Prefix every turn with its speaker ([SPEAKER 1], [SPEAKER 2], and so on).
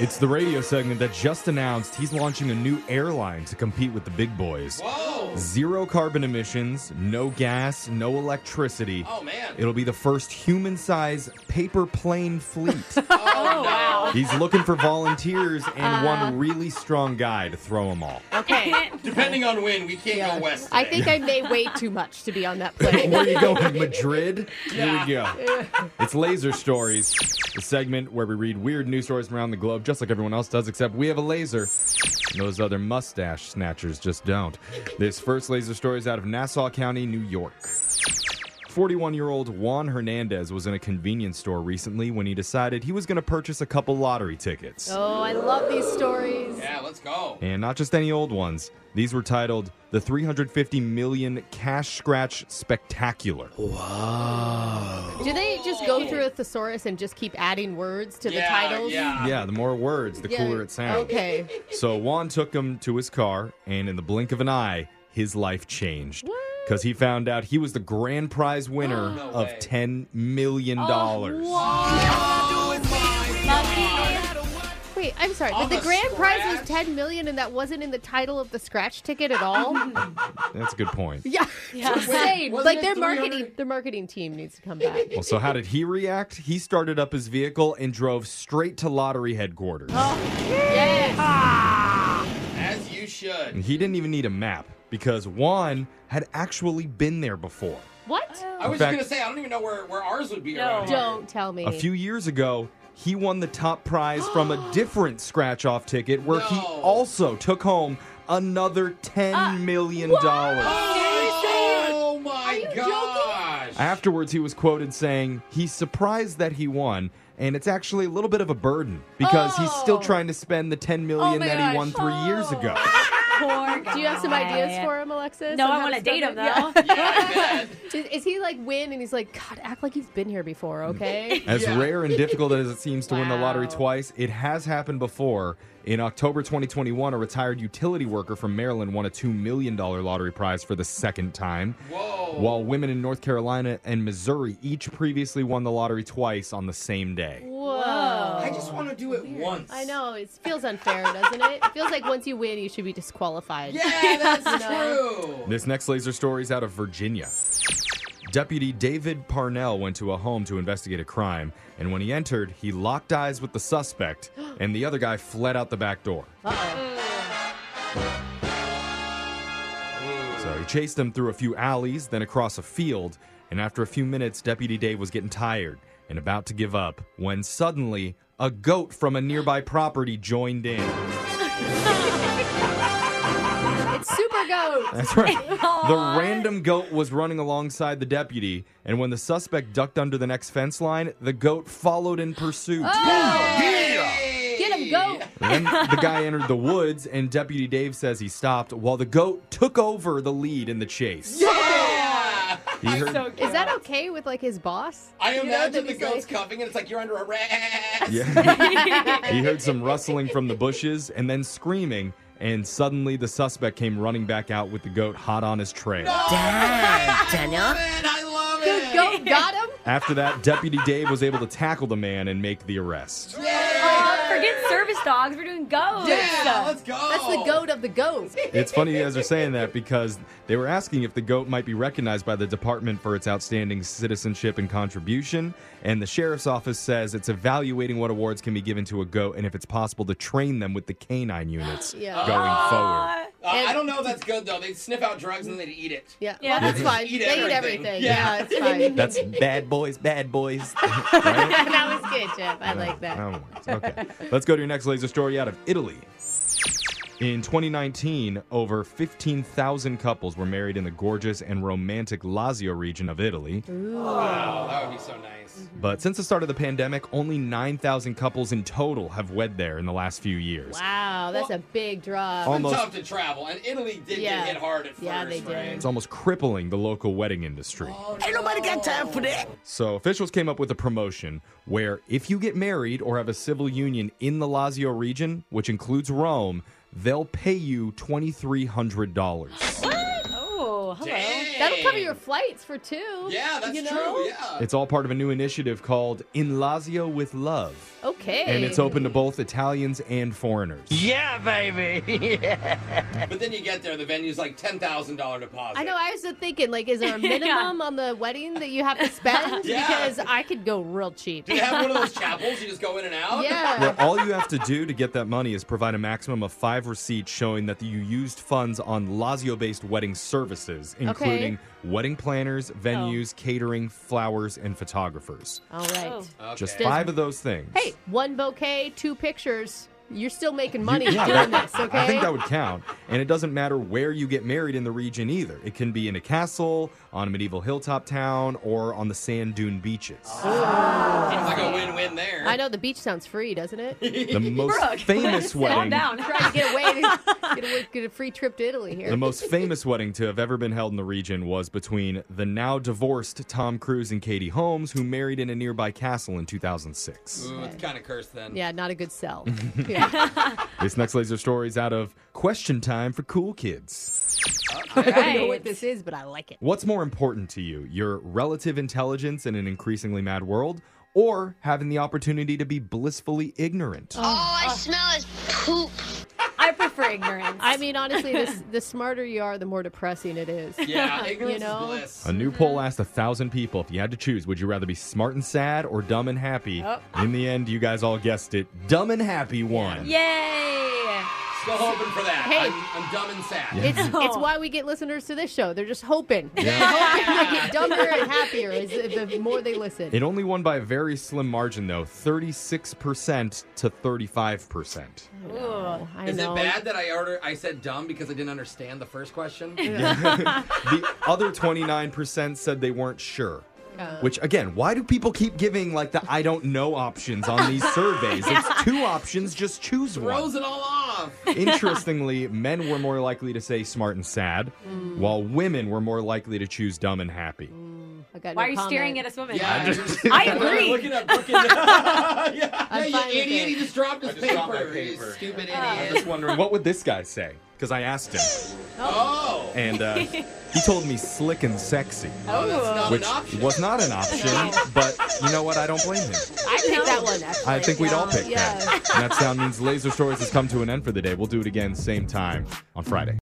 [SPEAKER 1] It's the radio segment that just announced he's launching a new airline to compete with the big boys.
[SPEAKER 2] Whoa!
[SPEAKER 1] Zero carbon emissions, no gas, no electricity.
[SPEAKER 2] Oh man!
[SPEAKER 1] It'll be the first human sized paper plane fleet.
[SPEAKER 2] oh wow! Uh-huh.
[SPEAKER 1] He's looking for volunteers and one really strong guy to throw them all.
[SPEAKER 3] Okay.
[SPEAKER 2] Depending on when, we can't go west.
[SPEAKER 3] I think I may weigh too much to be on that plane.
[SPEAKER 1] Where are you going? Madrid? Here we go. It's Laser Stories, the segment where we read weird news stories from around the globe, just like everyone else does, except we have a laser. And those other mustache snatchers just don't. This first laser story is out of Nassau County, New York. 41 year old Juan Hernandez was in a convenience store recently when he decided he was going to purchase a couple lottery tickets.
[SPEAKER 3] Oh, I love these stories.
[SPEAKER 2] Yeah, let's go.
[SPEAKER 1] And not just any old ones. These were titled The 350 Million Cash Scratch Spectacular.
[SPEAKER 3] Oh. Do they just go through a thesaurus and just keep adding words to the
[SPEAKER 2] yeah,
[SPEAKER 3] titles?
[SPEAKER 2] yeah.
[SPEAKER 1] Yeah, the more words, the
[SPEAKER 3] Yeah.
[SPEAKER 1] cooler it sounds.
[SPEAKER 3] Okay.
[SPEAKER 1] So Juan took him to his car, and in the blink of an eye, his life changed. Because he found out he was the grand prize winner
[SPEAKER 2] No
[SPEAKER 1] of
[SPEAKER 2] way. Oh,
[SPEAKER 1] $10 million.
[SPEAKER 3] Wait, I'm sorry, but
[SPEAKER 2] On
[SPEAKER 3] the,
[SPEAKER 2] the
[SPEAKER 3] grand prize was
[SPEAKER 2] scratch?
[SPEAKER 3] 10 million and that wasn't in the title of the scratch ticket at all?
[SPEAKER 1] That's a good point.
[SPEAKER 3] yeah. It's insane.
[SPEAKER 2] wasn't
[SPEAKER 3] Like
[SPEAKER 2] it
[SPEAKER 3] their marketing
[SPEAKER 2] 300?
[SPEAKER 3] their marketing team needs to come back.
[SPEAKER 1] Well, so how did he react? He started up his vehicle and drove straight to lottery headquarters.
[SPEAKER 2] Oh.
[SPEAKER 3] yes.
[SPEAKER 2] As you should.
[SPEAKER 1] And he didn't even need a map because Juan had actually been there before.
[SPEAKER 3] What?
[SPEAKER 2] I was
[SPEAKER 1] fact-
[SPEAKER 2] just gonna say I don't even know where, where ours would be
[SPEAKER 4] No.
[SPEAKER 2] around. here.
[SPEAKER 3] Don't tell me.
[SPEAKER 1] A few years ago, he won the top prize from a different scratch off ticket where he
[SPEAKER 2] No.
[SPEAKER 1] also took home
[SPEAKER 4] Uh,
[SPEAKER 1] another ten million dollars.
[SPEAKER 2] Oh, my
[SPEAKER 3] you
[SPEAKER 2] gosh!
[SPEAKER 1] Afterwards, he was quoted saying he's surprised that he won, and it's actually a little bit of a burden because he's still
[SPEAKER 4] Oh.
[SPEAKER 1] trying to spend the ten million
[SPEAKER 4] Oh my
[SPEAKER 1] that he
[SPEAKER 4] gosh. Oh.
[SPEAKER 1] won three years ago.
[SPEAKER 3] Do you have some ideas for him, Alexis?
[SPEAKER 4] No,
[SPEAKER 3] on
[SPEAKER 4] I
[SPEAKER 3] how
[SPEAKER 4] want to date
[SPEAKER 3] spend it?
[SPEAKER 4] him
[SPEAKER 3] Yeah.
[SPEAKER 4] though.
[SPEAKER 2] Yeah, I bet.
[SPEAKER 3] Is, is he like win and he's like, God, act like you've been here before, okay?
[SPEAKER 1] As
[SPEAKER 2] Yeah.
[SPEAKER 1] rare and difficult as it seems to win the lottery
[SPEAKER 3] Wow.
[SPEAKER 1] twice, it has happened before. In October 2021, a retired utility worker from Maryland won a $2 million lottery prize for the second time.
[SPEAKER 2] Whoa.
[SPEAKER 1] While women in North Carolina and Missouri each previously won the lottery twice on the same day.
[SPEAKER 3] Whoa.
[SPEAKER 2] I just want to do it once.
[SPEAKER 3] I know. It feels unfair, doesn't it? It feels like once you win, you should be disqualified.
[SPEAKER 2] Yeah, that's
[SPEAKER 3] No.
[SPEAKER 2] true.
[SPEAKER 1] This next laser story is out of Virginia. Deputy David Parnell went to a home to investigate a crime, and when he entered, he locked eyes with the suspect, and the other guy fled out the back door. So he chased him through a few alleys, then across a field, and after a few minutes, Deputy Dave was getting tired and about to give up when suddenly a goat from a nearby property joined in.
[SPEAKER 3] It's super goat.
[SPEAKER 1] That's right. The random goat was running alongside the deputy, and when the suspect ducked under the next fence line, the goat followed in pursuit.
[SPEAKER 3] Get him, goat.
[SPEAKER 1] Then the guy entered the woods, and Deputy Dave says he stopped while the goat took over the lead in the chase.
[SPEAKER 2] Yeah.
[SPEAKER 1] He heard-
[SPEAKER 3] Is that okay with like his boss?
[SPEAKER 2] I
[SPEAKER 3] You know,
[SPEAKER 2] imagine
[SPEAKER 3] that
[SPEAKER 2] the
[SPEAKER 3] he's
[SPEAKER 2] goat's
[SPEAKER 3] like-
[SPEAKER 2] cuffing, and it's like you're under arrest.
[SPEAKER 1] Yeah. he heard some rustling from the bushes and then screaming, and suddenly the suspect came running back out with the goat hot on his trail.
[SPEAKER 2] Oh, Love it, I love it.
[SPEAKER 3] Goat got him.
[SPEAKER 1] After that, Deputy Dave was able to tackle the man and make the arrest.
[SPEAKER 3] Oh,
[SPEAKER 4] Aw, forget service dogs. We're doing goats.
[SPEAKER 2] Yeah, let's go.
[SPEAKER 3] That's the goat of the goat.
[SPEAKER 1] It's funny you guys are saying that because they were asking if the goat might be recognized by the department for its outstanding citizenship and contribution. And the sheriff's office says it's evaluating what awards can be given to a goat and if it's possible to train them with the canine units
[SPEAKER 3] Yeah.
[SPEAKER 1] going forward.
[SPEAKER 2] Uh, I don't know if that's good though. They'd sniff out drugs and then they'd eat it.
[SPEAKER 3] Yeah. Well,
[SPEAKER 4] Yeah.
[SPEAKER 3] that's fine.
[SPEAKER 2] Eat
[SPEAKER 3] they eat
[SPEAKER 2] everything.
[SPEAKER 3] everything.
[SPEAKER 2] Yeah.
[SPEAKER 3] Yeah, it's fine.
[SPEAKER 1] That's bad boys, bad boys. Right?
[SPEAKER 3] that was good, Jeff. I like that.
[SPEAKER 1] Oh, okay. Let's go to your next laser story out of Italy. In 2019, over 15,000 couples were married in the gorgeous and romantic Lazio region of Italy.
[SPEAKER 2] Oh, that would be so nice.
[SPEAKER 1] But since the start of the pandemic, only 9,000 couples in total have wed there in the last few years.
[SPEAKER 3] Wow, that's a big drop.
[SPEAKER 1] Almost-
[SPEAKER 2] Tough to travel, and Italy did
[SPEAKER 3] Yeah.
[SPEAKER 2] get hit hard at first.
[SPEAKER 3] Yeah, they did.
[SPEAKER 2] right?
[SPEAKER 1] It's almost crippling the local wedding industry.
[SPEAKER 2] Ain't nobody got time for that.
[SPEAKER 1] So officials came up with a promotion where if you get married or have a civil union in the Lazio region, which includes Rome, they'll pay you $2,300.
[SPEAKER 4] Oh, hello.
[SPEAKER 3] That'll cover your flights for two.
[SPEAKER 2] Yeah, that's
[SPEAKER 3] you know?
[SPEAKER 2] true. Yeah.
[SPEAKER 1] It's all part of a new initiative called In Lazio with Love.
[SPEAKER 3] Okay.
[SPEAKER 1] and it's open to both Italians and foreigners.
[SPEAKER 5] Yeah, baby.
[SPEAKER 2] But then you get there, the venue's like $10,000 deposit.
[SPEAKER 3] I know. I was just thinking, like, is there a
[SPEAKER 4] Yeah.
[SPEAKER 3] minimum on the wedding that you have to spend?
[SPEAKER 2] Yeah.
[SPEAKER 3] Because I could go real cheap.
[SPEAKER 2] Do they have one of those chapels you just go in and out?
[SPEAKER 1] Well,
[SPEAKER 3] Yeah.
[SPEAKER 1] all you have to do to get that money is provide a maximum of five receipts showing that you used funds on Lazio based wedding services, including wedding planners, venues, catering, flowers, and photographers.
[SPEAKER 3] All right.
[SPEAKER 4] Oh.
[SPEAKER 2] Okay.
[SPEAKER 1] Just five of those things.
[SPEAKER 3] Hey, one bouquet, two pictures. You're still making money
[SPEAKER 1] You- yeah,
[SPEAKER 3] doing
[SPEAKER 1] that-
[SPEAKER 3] this, okay?
[SPEAKER 1] I think that would count. And it doesn't matter where you get married in the region either. It can be in a castle, on a medieval hilltop town, or on the sand dune beaches.
[SPEAKER 2] It's like a win-win there.
[SPEAKER 3] I know the beach sounds free, doesn't it?
[SPEAKER 1] The most
[SPEAKER 4] Brooke,
[SPEAKER 1] famous
[SPEAKER 4] Calm
[SPEAKER 1] wedding.
[SPEAKER 4] down.
[SPEAKER 3] Try to get away, get away, get a free trip to Italy here.
[SPEAKER 1] The most famous wedding to have ever been held in the region was between the now divorced Tom Cruise and Katie Holmes, who married in a nearby castle in 2006.
[SPEAKER 2] Ooh, it's kind of cursed then.
[SPEAKER 3] yeah, not a good sell. Yeah.
[SPEAKER 1] This next laser story is out of Question Time for Cool Kids.
[SPEAKER 3] I don't know what
[SPEAKER 4] Right.
[SPEAKER 3] this is, but I like it.
[SPEAKER 1] What's more important to you, your relative intelligence in an increasingly mad world, or having the opportunity to be blissfully ignorant?
[SPEAKER 6] All Oh, I smell is poop.
[SPEAKER 4] I prefer ignorance.
[SPEAKER 3] I mean, honestly, this, the smarter you are, the more depressing it is.
[SPEAKER 2] Yeah, ignorance
[SPEAKER 3] know?
[SPEAKER 2] is
[SPEAKER 1] A
[SPEAKER 2] bliss.
[SPEAKER 1] new poll asked a thousand people if you had to choose, would you rather be smart and sad or dumb and happy? In the end, you guys all guessed it. Dumb and happy won.
[SPEAKER 4] Yay!
[SPEAKER 2] Still hoping for that.
[SPEAKER 3] Hey.
[SPEAKER 2] I'm, I'm dumb and sad.
[SPEAKER 1] Yeah.
[SPEAKER 3] It's,
[SPEAKER 4] No.
[SPEAKER 3] it's why we get listeners to this show. They're just hoping.
[SPEAKER 1] Yeah.
[SPEAKER 3] Hoping they get dumber and happier as, the more they listen.
[SPEAKER 1] It only won by a very slim margin, though 36% to 35%.
[SPEAKER 4] Ooh.
[SPEAKER 3] I
[SPEAKER 2] Is
[SPEAKER 3] know.
[SPEAKER 2] it bad that I order? I said dumb because I didn't understand the first question.
[SPEAKER 1] The other 29% said they weren't sure. Which, again, why do people keep giving like the I don't know options on these surveys? It's two options, just choose
[SPEAKER 2] Throws
[SPEAKER 1] one.
[SPEAKER 2] it all off.
[SPEAKER 1] Interestingly, men were more likely to say smart and sad, while women were more likely to choose dumb and happy.
[SPEAKER 3] I got
[SPEAKER 4] Why
[SPEAKER 3] no
[SPEAKER 4] are you
[SPEAKER 3] comment.
[SPEAKER 4] staring at us women?
[SPEAKER 2] Yeah,
[SPEAKER 1] just-
[SPEAKER 2] you're-
[SPEAKER 4] I
[SPEAKER 2] We're
[SPEAKER 4] agree.
[SPEAKER 2] Looking at Brooke and- yeah,
[SPEAKER 3] I'm
[SPEAKER 2] yeah
[SPEAKER 3] fine with
[SPEAKER 2] you idiot!
[SPEAKER 3] it. Uh,
[SPEAKER 2] He just dropped his
[SPEAKER 1] I just
[SPEAKER 2] paper.
[SPEAKER 1] dropped my
[SPEAKER 2] you
[SPEAKER 1] paper.
[SPEAKER 2] stupid
[SPEAKER 1] I'm
[SPEAKER 2] idiot.
[SPEAKER 1] just wondering, what would this guy say? Because I asked him,
[SPEAKER 2] Oh,
[SPEAKER 1] and uh, he told me slick and sexy.
[SPEAKER 2] oh, that's not
[SPEAKER 1] which
[SPEAKER 2] an option.
[SPEAKER 1] was not an option. But you know what? I don't blame him.
[SPEAKER 3] I picked that one, actually.
[SPEAKER 1] I think we'd all pick
[SPEAKER 3] Yeah.
[SPEAKER 1] that. And that sound means Laser Stories has come to an end for the day. We'll do it again, same time on Friday.